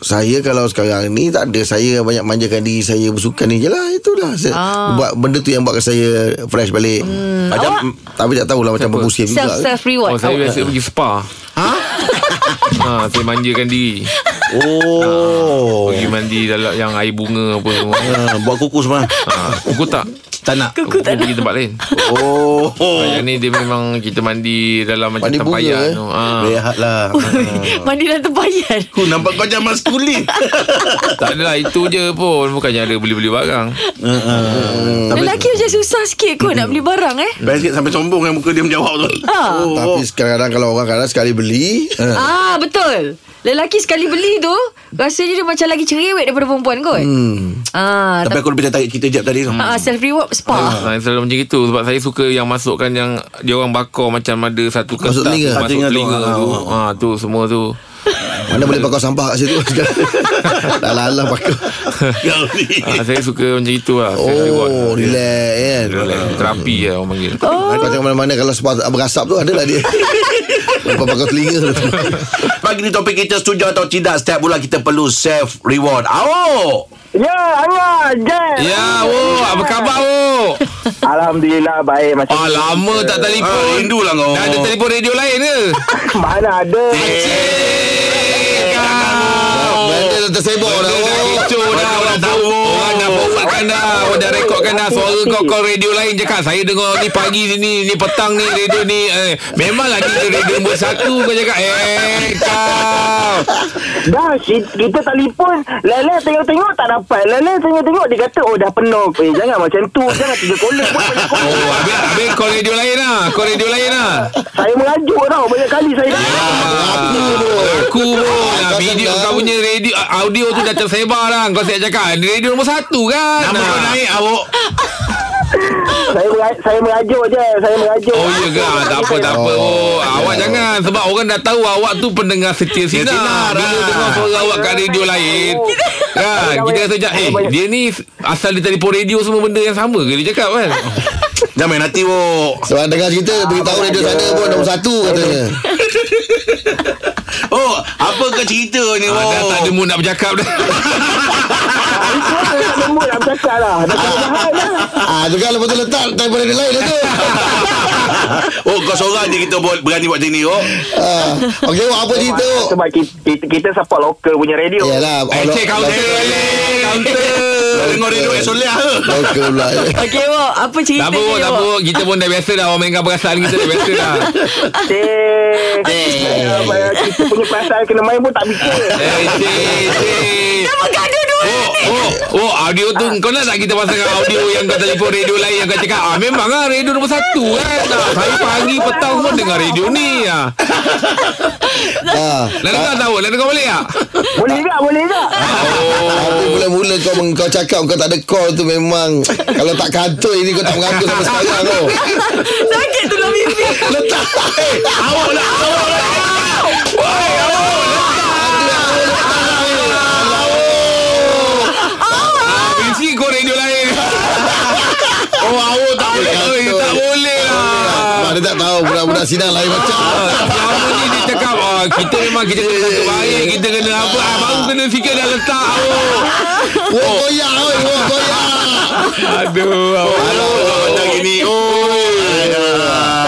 [SPEAKER 4] Saya kalau sekarang ni tak ada Saya banyak manjakan diri saya Bersukan ni je lah Itulah saya,
[SPEAKER 5] Ah.
[SPEAKER 4] buat, Benda tu yang buatkan saya Fresh balik hmm. Macam
[SPEAKER 5] awak-
[SPEAKER 4] Tapi tak tahulah Macam bermusim juga
[SPEAKER 5] Self self
[SPEAKER 3] Oh
[SPEAKER 5] reward
[SPEAKER 3] saya
[SPEAKER 5] Awak-
[SPEAKER 3] biasa pergi spa Ha? ha, saya manjakan diri
[SPEAKER 2] Oh.
[SPEAKER 3] Pergi mandi dalam yang air bunga apa semua
[SPEAKER 2] Ah, buat kuku semua.
[SPEAKER 3] ha, Kuku tak?
[SPEAKER 2] Tak nak.
[SPEAKER 3] Kuku tak pergi tempat lain
[SPEAKER 2] Oh.
[SPEAKER 3] oh. Yang ni dia memang kita mandi dalam macam
[SPEAKER 4] Mandi bunga,
[SPEAKER 3] tempayan
[SPEAKER 4] eh?
[SPEAKER 3] tu ha.
[SPEAKER 4] lah.
[SPEAKER 2] Rehatlah.
[SPEAKER 5] Mandi dalam tempayan
[SPEAKER 2] Ah. Aku nampak kau macam maskulin.
[SPEAKER 3] Tak adalah itu je pun Bukannya ada beli-beli barang
[SPEAKER 4] Hmm.
[SPEAKER 5] Lelaki macam susah sikit kot
[SPEAKER 2] Hmm.
[SPEAKER 5] Nak beli barang eh
[SPEAKER 2] Best sikit sampai sombong kan muka dia menjawab tu.
[SPEAKER 5] Ah.
[SPEAKER 2] Oh. Eh.
[SPEAKER 4] Tapi kadang-kadang Kalau orang kadang sekali beli
[SPEAKER 5] Ah betul. Lelaki sekali beli tu rasanya dia macam lagi cerewet daripada perempuan kot. Hmm. Ah
[SPEAKER 2] Tapi
[SPEAKER 5] tapi,
[SPEAKER 2] aku lebih tertarik cerita jap tadi tu.
[SPEAKER 5] ah self reward
[SPEAKER 4] Ha.
[SPEAKER 5] spa.
[SPEAKER 3] Saya Ha, selalu macam itu Sebab saya suka yang masukkan yang Dia orang bakar macam ada satu kertas
[SPEAKER 4] Masuk telinga.
[SPEAKER 3] Masuk
[SPEAKER 2] Telinga
[SPEAKER 3] telinga,
[SPEAKER 2] tu. Ah,
[SPEAKER 3] tu
[SPEAKER 2] ah,
[SPEAKER 3] ha, tu semua tu
[SPEAKER 4] Mana boleh bakar sampah kat situ Dah lalah bakar
[SPEAKER 2] Kau ni.
[SPEAKER 3] ha, Saya suka macam itu lah Saya reward.
[SPEAKER 4] Oh relax kan
[SPEAKER 3] Relax. Terapi lah orang panggil
[SPEAKER 4] Kau cakap mana-mana Kalau sebab berasap tu Adalah dia Lepas bakar telinga tu.
[SPEAKER 2] Pagi ni topik kita setuju atau tidak Setiap bulan kita perlu save reward Awak
[SPEAKER 7] Ya, Allah, Jen.
[SPEAKER 3] Ya, oh, apa khabar, oh?
[SPEAKER 7] Alhamdulillah baik macam
[SPEAKER 3] Ah, lama tak telefon.
[SPEAKER 2] Ah, rindulah kau. Eh.
[SPEAKER 3] Dah ada telefon radio lain ke?
[SPEAKER 7] mana ada.
[SPEAKER 4] Benda dah tersebok dah
[SPEAKER 3] Dah
[SPEAKER 4] Oh
[SPEAKER 3] kecoh dah Orang tahu Orang dah forwardkan dah Orang dah rekodkan dah Suara kau call radio lain Cakap saya dengar ni pagi sini Ni petang ni radio ni eh, Memanglah ni radio nombor satu Kau cakap Eh kau
[SPEAKER 7] Dah ki- kita telefon, lele tengok-tengok tak dapat. lah. Lele tengok-tengok dia kata oh dah penuh. Eh jangan macam tu, jangan tiga kolom pun banyak kolom.
[SPEAKER 3] Oh habis, habis call radio lain lah Call radio lain lah
[SPEAKER 7] Saya merajuk tau banyak kali saya dah.
[SPEAKER 3] Ah, Aku pun ah, Video kau punya radio Audio tu dah tersebar lah Kau siap cakap Radio nombor satu kan
[SPEAKER 2] Nama kau
[SPEAKER 3] Ah.
[SPEAKER 2] naik awak
[SPEAKER 7] Saya merajuk, saya merajuk je, saya merajuk.
[SPEAKER 3] Oh ya ke Ah, Tak apa tak apa oh,
[SPEAKER 2] ya.
[SPEAKER 3] Awak jangan Sebab orang dah tahu Awak tu pendengar setia
[SPEAKER 2] sinar,
[SPEAKER 3] sinar Bila
[SPEAKER 2] ah.
[SPEAKER 3] dengar suara awak kat radio lain
[SPEAKER 7] Oh.
[SPEAKER 3] Kan Kita kata sekejap Eh dia ni Asal dia telefon radio Semua benda yang sama ke Dia cakap kan
[SPEAKER 2] Jangan main hati awak
[SPEAKER 4] Sebab dengar cerita Beritahu radio sana pun Nombor satu katanya
[SPEAKER 2] Oh Apa ke cerita ni
[SPEAKER 3] ah, Dah tak ada
[SPEAKER 2] awak
[SPEAKER 3] mood nak bercakap dah
[SPEAKER 7] Itu lah, saya tak ada mood nak bercakap lah. Dah kena bahan lah.
[SPEAKER 4] Ah, tu kan lepas tu letak Telefon radio lain lah tu
[SPEAKER 2] Oh kau seorang je kita buat, berani buat macam ni awak
[SPEAKER 4] ah, Okey awak apa cerita awak?
[SPEAKER 7] Sebab kita, kita, kita support lokal punya radio.
[SPEAKER 4] Yalah
[SPEAKER 3] Eh cik counter Eh, Counter
[SPEAKER 2] Kau Dengar radio eh soleh ke
[SPEAKER 4] Lokal pula
[SPEAKER 5] Okey Wok, apa cerita
[SPEAKER 3] Tak apa
[SPEAKER 5] ni,
[SPEAKER 3] tak
[SPEAKER 5] Wok?
[SPEAKER 3] apa Kita pun dah biasa dah Orang mainkan perasaan kita dah biasa dah
[SPEAKER 7] Cik. Apa, Eh,
[SPEAKER 4] Eh.
[SPEAKER 7] Kita punya perasaan kena main pun tak fikir.
[SPEAKER 3] Eh cik cik
[SPEAKER 5] Kenapa gaduh dua
[SPEAKER 3] Oh, oh, oh, audio tu kau nak tak kita pasangkan audio yang kau telefon radio lain yang kau cakap ah memang ah radio nombor satu kan. Ah, saya pagi petang semua dengar radio ni ah.
[SPEAKER 4] ah,
[SPEAKER 3] Lalu kau tahu, lalu kau boleh tak?
[SPEAKER 7] Boleh tak, boleh tak?
[SPEAKER 4] Tapi mula-mula kau, meng- kau cakap Kau tak ada call tu memang Kalau tak kantor ini Kau tak mengaku sampai sekarang kau
[SPEAKER 5] Sakit tu dalam mimpi
[SPEAKER 4] Letak
[SPEAKER 2] Awak lah Awak lah
[SPEAKER 3] Ah, mesti kau radio lain.
[SPEAKER 2] Oh awak tak boleh
[SPEAKER 3] Oh, eh, tak boleh lah.
[SPEAKER 4] Mak dia tak tahu Budak-budak sidang lain macam
[SPEAKER 3] Ah, Selama ni dia cakap ah, Kita memang kita kena satu baik Kita kena apa ah, Baru kena fikir dah letak oh.
[SPEAKER 4] Wah koyak oi, Wah koyak
[SPEAKER 3] Aduh awak.
[SPEAKER 2] Awak lah macam gini Oh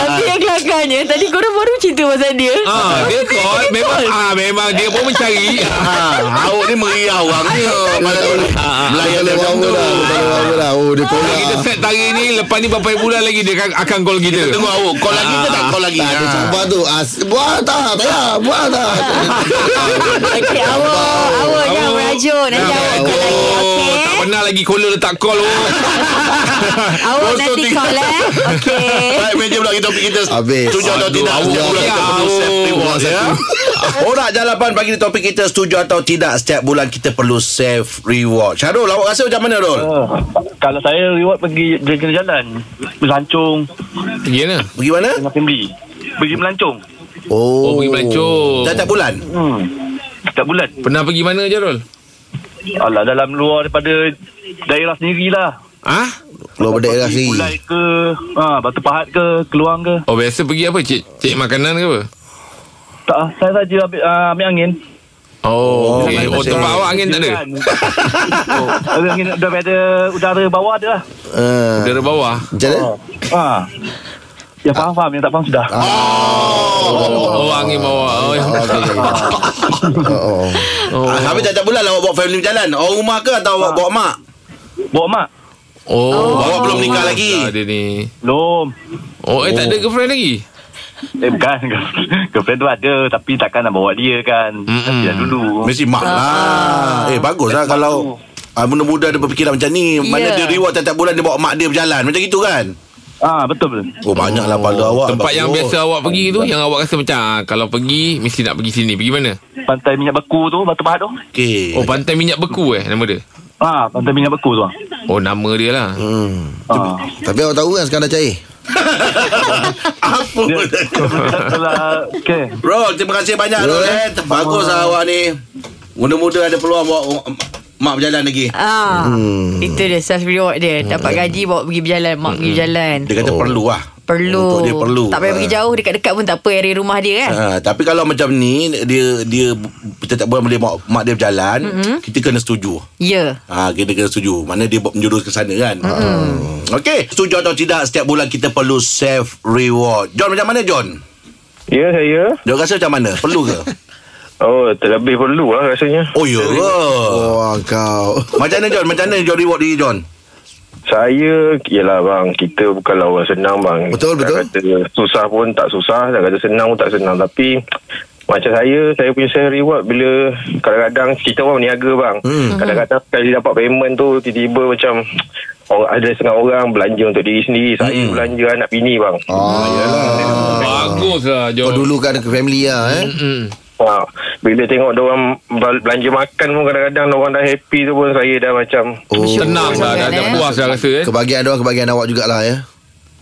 [SPEAKER 5] Tapi yang kelakarnya Tadi korang baru cerita pasal dia
[SPEAKER 3] Ah, dia call
[SPEAKER 2] Ha,
[SPEAKER 3] memang ah memang dia pun mencari.
[SPEAKER 2] Ah, awak ni meriah orangnya Malam-
[SPEAKER 3] ah,
[SPEAKER 2] Melayan
[SPEAKER 4] Kalau
[SPEAKER 2] dia macam
[SPEAKER 4] orang
[SPEAKER 2] tu Ha,
[SPEAKER 4] dah Kalau orang dah Oh dia
[SPEAKER 3] Kalau
[SPEAKER 4] korak
[SPEAKER 3] kita set hari ni Lepas ni berapa bulan lagi Dia akan, akan call kita
[SPEAKER 2] Tengok awak Call lagi ke Ah, tak call lagi Ha.
[SPEAKER 4] Tak ada cabar tu ah, Buat tak Tak payah Buat tak
[SPEAKER 5] Okey, awak, awak jangan merajuk. Nanti awak call lagi, okey?
[SPEAKER 3] Oh, Tak pernah lagi caller letak call oh.
[SPEAKER 5] Awak nanti call, eh? Okey.
[SPEAKER 2] Baik meja pula kita topik kita
[SPEAKER 4] Habis.
[SPEAKER 2] Setuju atau
[SPEAKER 3] Aduh,
[SPEAKER 2] tidak
[SPEAKER 3] awak
[SPEAKER 2] Setuju pula
[SPEAKER 3] pula.
[SPEAKER 2] kita perlu
[SPEAKER 3] Awak.
[SPEAKER 2] set reward ya Orang jalapan bagi ni topik kita Setuju atau tidak Setiap bulan kita perlu save reward Syarul awak rasa macam mana Rol?
[SPEAKER 7] Oh, Kalau saya reward pergi jalan-jalan Melancong
[SPEAKER 3] Gila
[SPEAKER 2] Bagaimana?
[SPEAKER 7] dengan family Pergi melancong
[SPEAKER 3] Oh pergi melancong
[SPEAKER 2] Setiap bulan?
[SPEAKER 7] hmm. Setiap bulan
[SPEAKER 3] Pernah pergi mana Jarul?
[SPEAKER 7] Alah dalam luar daripada daerah sendirilah
[SPEAKER 3] Ha?
[SPEAKER 2] lah,
[SPEAKER 4] Keluar berdaerah
[SPEAKER 7] Pergi
[SPEAKER 4] sendiri
[SPEAKER 7] Gulai ke ha, Batu Pahat ke Keluang ke
[SPEAKER 3] Oh biasa pergi apa? Cik, cik makanan ke apa?
[SPEAKER 7] Tak ah, Saya saja ambil, uh, ambil angin
[SPEAKER 3] Oh, oh,
[SPEAKER 2] okey.
[SPEAKER 3] okay. oh tempat awak angin tak ada?
[SPEAKER 7] oh, ambil angin daripada udara bawah ada lah
[SPEAKER 4] Ah,
[SPEAKER 3] Udara bawah
[SPEAKER 4] Macam mana?
[SPEAKER 7] ha. Yang faham-faham Yang tak faham sudah
[SPEAKER 3] Oh, oh angin bawah Oh,
[SPEAKER 4] Oh, okey. Oh, oh.
[SPEAKER 2] Oh. Ah, habis setiap bulan awak bawa family berjalan Orang rumah ke atau awak bawa mak?
[SPEAKER 7] Bawa mak
[SPEAKER 3] oh, oh.
[SPEAKER 2] Awak belum nikah lagi.
[SPEAKER 3] Ada ni
[SPEAKER 7] Belum
[SPEAKER 3] Oh, eh tak ada girlfriend lagi?
[SPEAKER 7] Eh bukan Girlfriend tu ada Tapi takkan nak bawa dia kan
[SPEAKER 3] Mm-mm.
[SPEAKER 7] Tapi dah dulu
[SPEAKER 2] Mesti mak lah Eh bagus lah kalau ah, Muda-muda ada berfikiran macam ni Mana dia
[SPEAKER 5] Ya.
[SPEAKER 2] reward setiap bulan Dia bawa mak dia berjalan Macam gitu kan?
[SPEAKER 7] Ah betul
[SPEAKER 2] Oh banyak lah pada awak
[SPEAKER 3] Tempat
[SPEAKER 2] tak
[SPEAKER 3] yang
[SPEAKER 2] perlu.
[SPEAKER 3] biasa awak pergi tu Yang awak rasa macam ah, Kalau pergi Mesti nak pergi sini Pergi mana?
[SPEAKER 7] Pantai minyak beku tu Batu Pahat tu
[SPEAKER 2] Okey
[SPEAKER 3] Oh pantai minyak beku eh Nama dia
[SPEAKER 7] Ah, pantai minyak beku tu ah.
[SPEAKER 3] Oh nama dia lah
[SPEAKER 7] Ah.
[SPEAKER 4] Tapi awak tahu kan sekarang dah cair
[SPEAKER 2] Apa benda tu?
[SPEAKER 7] Kalau okey.
[SPEAKER 2] Rol, terima kasih banyak Rol eh. Bagus lah awak ni. Muda-muda ada peluang bawa um, mak berjalan lagi.
[SPEAKER 5] Ah, Itu dia self reward dia Dapat gaji bawa pergi berjalan Mak pergi berjalan
[SPEAKER 2] Dia kata oh. perlu lah.
[SPEAKER 5] Perlu
[SPEAKER 2] Untuk dia perlu.
[SPEAKER 5] Tak payah pergi
[SPEAKER 2] Ha.
[SPEAKER 5] jauh Dekat-dekat pun tak apa Area rumah dia kan
[SPEAKER 2] Ha, tapi kalau macam ni dia dia kita tak boleh mak, mak dia berjalan, mm-hmm. kita kena setuju.
[SPEAKER 5] Ya
[SPEAKER 2] Ha, kita kena setuju. Mana dia buat menjurus ke sana kan. Mm-hmm. Okey, setuju atau tidak setiap bulan kita perlu save reward. John macam mana John?
[SPEAKER 7] Ya saya.
[SPEAKER 2] Dia rasa macam mana? Perlu ke?
[SPEAKER 7] Oh, terlebih perlu lah rasanya.
[SPEAKER 2] Oh ya. ke?
[SPEAKER 4] Oh kau
[SPEAKER 2] Macam mana John? Macam mana John reward diri John?
[SPEAKER 8] Saya Yelah bang Kita bukanlah orang senang bang
[SPEAKER 4] Betul,
[SPEAKER 8] Nak
[SPEAKER 4] betul.
[SPEAKER 8] kata Susah pun tak susah Nak kata senang pun tak senang Tapi Macam saya Saya punya saya reward Bila Kadang-kadang Kita orang berniaga bang Kadang-kadang Sekali dapat payment tu Tiba-tiba macam orang, Ada setengah orang Belanja untuk diri sendiri Saya belanja anak bini bang
[SPEAKER 4] Oh
[SPEAKER 3] Bagus lah
[SPEAKER 4] Kau
[SPEAKER 3] John
[SPEAKER 4] dulu kan ada family lah eh
[SPEAKER 3] Mm.
[SPEAKER 8] ha, Bila tengok orang Belanja makan pun Kadang-kadang orang dah happy tu pun Saya dah macam
[SPEAKER 4] Oh,
[SPEAKER 3] Tenang lah Dah
[SPEAKER 5] sangat,
[SPEAKER 3] dah
[SPEAKER 5] eh.
[SPEAKER 3] puas dah rasa eh
[SPEAKER 4] Kebahagiaan dia kebahagiaan awak jugalah ya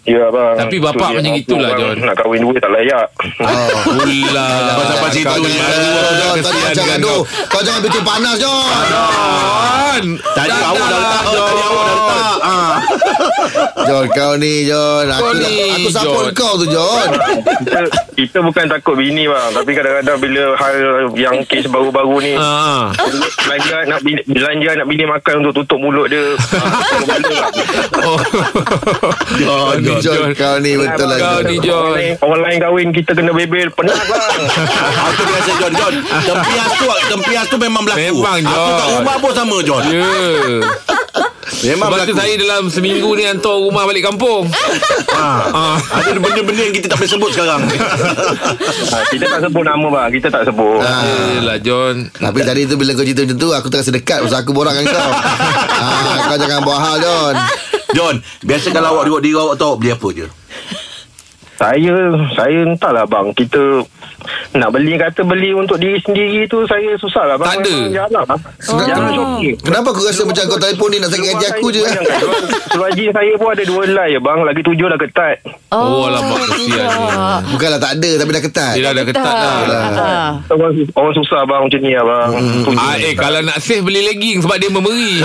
[SPEAKER 8] Ya bang
[SPEAKER 3] Tapi bapak
[SPEAKER 8] Tu dia
[SPEAKER 3] macam
[SPEAKER 8] mampu,
[SPEAKER 3] itulah,
[SPEAKER 8] bang.
[SPEAKER 3] John.
[SPEAKER 8] Nak kahwin dua tak layak
[SPEAKER 4] Oh
[SPEAKER 3] Pula
[SPEAKER 2] Kau sampai situ
[SPEAKER 4] Kau
[SPEAKER 2] je.
[SPEAKER 4] jangan
[SPEAKER 3] Aduh,
[SPEAKER 4] Kau
[SPEAKER 3] kesian
[SPEAKER 4] jangan
[SPEAKER 3] dengan
[SPEAKER 4] aduh. Kau jangan bikin panas John
[SPEAKER 3] John
[SPEAKER 2] Tadi
[SPEAKER 3] Dah-
[SPEAKER 2] awak dah letak.
[SPEAKER 3] dah-
[SPEAKER 2] Tadi awak dah letak.
[SPEAKER 4] John Ah. kau ni John Aku,
[SPEAKER 3] Kau ni,
[SPEAKER 4] aku support
[SPEAKER 3] John.
[SPEAKER 4] kau tu John
[SPEAKER 8] kita, kita bukan takut bini bang Tapi kadang-kadang bila hal yang kes baru-baru ni
[SPEAKER 3] Ah.
[SPEAKER 8] Belanja nak bini, belanja nak bini makan untuk tutup mulut dia
[SPEAKER 3] Ah. Oh.
[SPEAKER 4] Kau ni,
[SPEAKER 3] John,
[SPEAKER 4] Oh,
[SPEAKER 3] John.
[SPEAKER 4] John Kau ni betul lah
[SPEAKER 3] Kau
[SPEAKER 4] John.
[SPEAKER 3] ni John
[SPEAKER 8] Orang lain kahwin kita kena bebel Penat bang
[SPEAKER 2] Aku biasa John John Tempias tu Tempias tu memang berlaku
[SPEAKER 3] Memang,
[SPEAKER 2] Aku
[SPEAKER 3] John.
[SPEAKER 2] kat rumah pun sama John
[SPEAKER 3] Ya
[SPEAKER 2] Memang
[SPEAKER 3] Sebab
[SPEAKER 2] berlaku
[SPEAKER 3] tu saya dalam seminggu ni Hantar rumah balik kampung
[SPEAKER 2] ha. Ada benda-benda yang kita tak boleh sebut sekarang
[SPEAKER 3] Ah.
[SPEAKER 8] ha, Kita tak sebut nama bang Kita tak sebut
[SPEAKER 4] Ah.
[SPEAKER 3] Yelah John
[SPEAKER 4] Tapi tadi tu bila kau cerita macam tu Aku terasa dekat Pasal aku borak dengan kau ah, Kau jangan buat hal John
[SPEAKER 2] John Biasa kalau awak reward diri awak tu Awak beli apa je
[SPEAKER 8] Saya Saya entahlah bang Kita Nak beli kata beli untuk diri sendiri tu Saya susah lah bang
[SPEAKER 3] Tak ada.
[SPEAKER 8] Memang Jarang lah Jarang shopping
[SPEAKER 4] Kenapa aku rasa macam kau telefon ni Nak sakit hati aku je
[SPEAKER 8] Seluar jeans saya pun ada dua helai ya bang Lagi tujuh dah ketat
[SPEAKER 3] Oh, alamak, kesian dia.
[SPEAKER 4] Bukanlah tak ada Tapi dah ketat
[SPEAKER 3] Dia dah, dah ketat lah. dah
[SPEAKER 5] Ah.
[SPEAKER 8] Orang, orang susah bang macam ni abang. Hmm.
[SPEAKER 3] Ah, eh kalau nak save beli legging sebab dia memberi.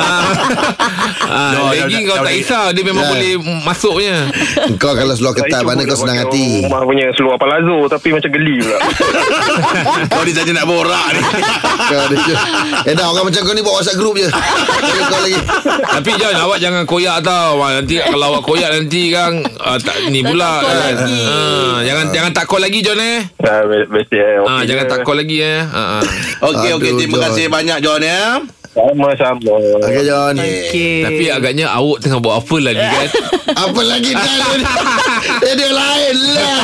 [SPEAKER 3] ah, ah,
[SPEAKER 2] No,
[SPEAKER 3] legging
[SPEAKER 2] dah-
[SPEAKER 3] kau
[SPEAKER 2] dah-
[SPEAKER 3] tak
[SPEAKER 2] dah-
[SPEAKER 3] risau dia memang
[SPEAKER 4] Dah.
[SPEAKER 3] boleh masuknya.
[SPEAKER 4] Kau kalau seluar ketat Mana kau senang hati
[SPEAKER 8] Rumah punya seluar palazzo tapi macam geli pula.
[SPEAKER 2] Kau ni saja nak borak ni
[SPEAKER 4] Kau ni John. Eh dah orang macam kau ni Buat whatsapp group je Kau lagi
[SPEAKER 3] Tapi John awak jangan koyak tau. Wah, nanti kalau awak koyak nanti kan ah, tak ni pula.
[SPEAKER 5] call
[SPEAKER 3] Kan.
[SPEAKER 5] lagi.
[SPEAKER 3] Ah, jangan jangan tak call lagi John eh.
[SPEAKER 8] ah, best, best, eh.
[SPEAKER 3] Ah, jangan tak call lagi eh. Ah, ah.
[SPEAKER 2] Okey
[SPEAKER 4] Aduh,
[SPEAKER 2] okey Terima
[SPEAKER 4] John.
[SPEAKER 2] kasih banyak John ya
[SPEAKER 8] Sama-sama.
[SPEAKER 4] Okay John
[SPEAKER 5] Okay.
[SPEAKER 3] Tapi agaknya awak tengah buat apa lagi kan?
[SPEAKER 4] Apa lagi dah dia, dia, dia lain lah